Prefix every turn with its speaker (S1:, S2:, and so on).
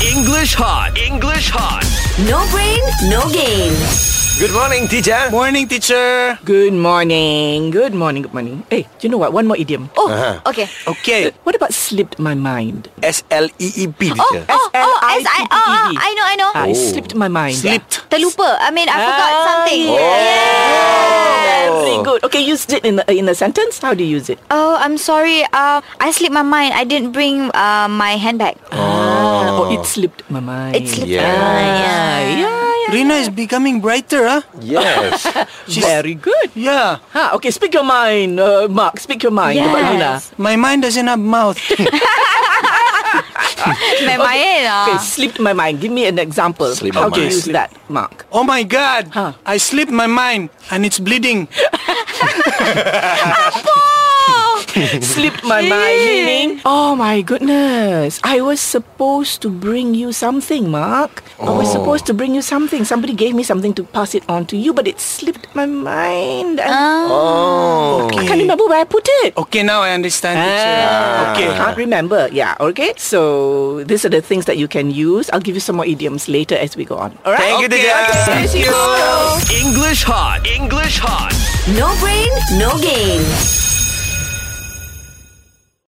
S1: English hot. English hot.
S2: No brain, no game.
S1: Good morning, teacher.
S3: Morning, teacher.
S4: Good morning. Good morning. Good morning. Hey, do you know what? One more idiom.
S2: Oh, okay.
S3: Okay.
S4: What about slipped my mind?
S3: S L E E P,
S2: Oh,
S3: teacher.
S2: oh, oh,
S4: S-L-I-P-P-E-D.
S2: as I, oh, oh, I know, I know.
S4: I slipped my mind.
S3: Slipped.
S2: Terlupa. I mean, I forgot
S4: Ah,
S2: something.
S4: yeah.
S2: Yes.
S4: Very good. Okay, use it in the, in a sentence. How do you use it?
S2: Oh, I'm sorry. Uh, I slipped my mind. I didn't bring uh, my handbag.
S4: Ah, or it slipped my mind.
S2: Oh. It slipped
S3: yeah.
S2: my mind.
S4: Ah,
S2: Yeah.
S4: yeah, yeah.
S3: Rina is becoming brighter, huh?
S1: Yes.
S3: She's-
S4: Very good.
S3: Yeah.
S4: Ha, okay, speak your mind, uh, Mark. Speak your mind about Lina.
S2: Yes.
S3: My mind doesn't have mouth.
S2: My mind.
S4: Okay,
S2: ah.
S4: slipped my mind. Give me an example.
S1: Slipped
S4: How
S1: my
S4: do you
S1: mind.
S4: use that, Mark?
S3: oh my God.
S4: Huh.
S3: I slipped my mind and it's bleeding.
S4: slipped my mind. Meaning, oh my goodness, I was supposed to bring you something, Mark. I was
S1: Oh.
S4: supposed to bring you something. Somebody gave me something to pass it on to you, but it slipped my mind. And
S1: Oh.
S4: I can't remember where I put it.
S3: Okay, now I understand, teacher.
S4: Ah,
S3: Okay.
S4: Can't remember. Yeah, okay. So these are the things that you can use. I'll give you some more idioms later as we go on. All right?
S1: Thank you,
S3: Okay,
S1: teacher.
S3: okay.
S4: Thank you.
S1: English hot. English hot.
S2: No brain, no game.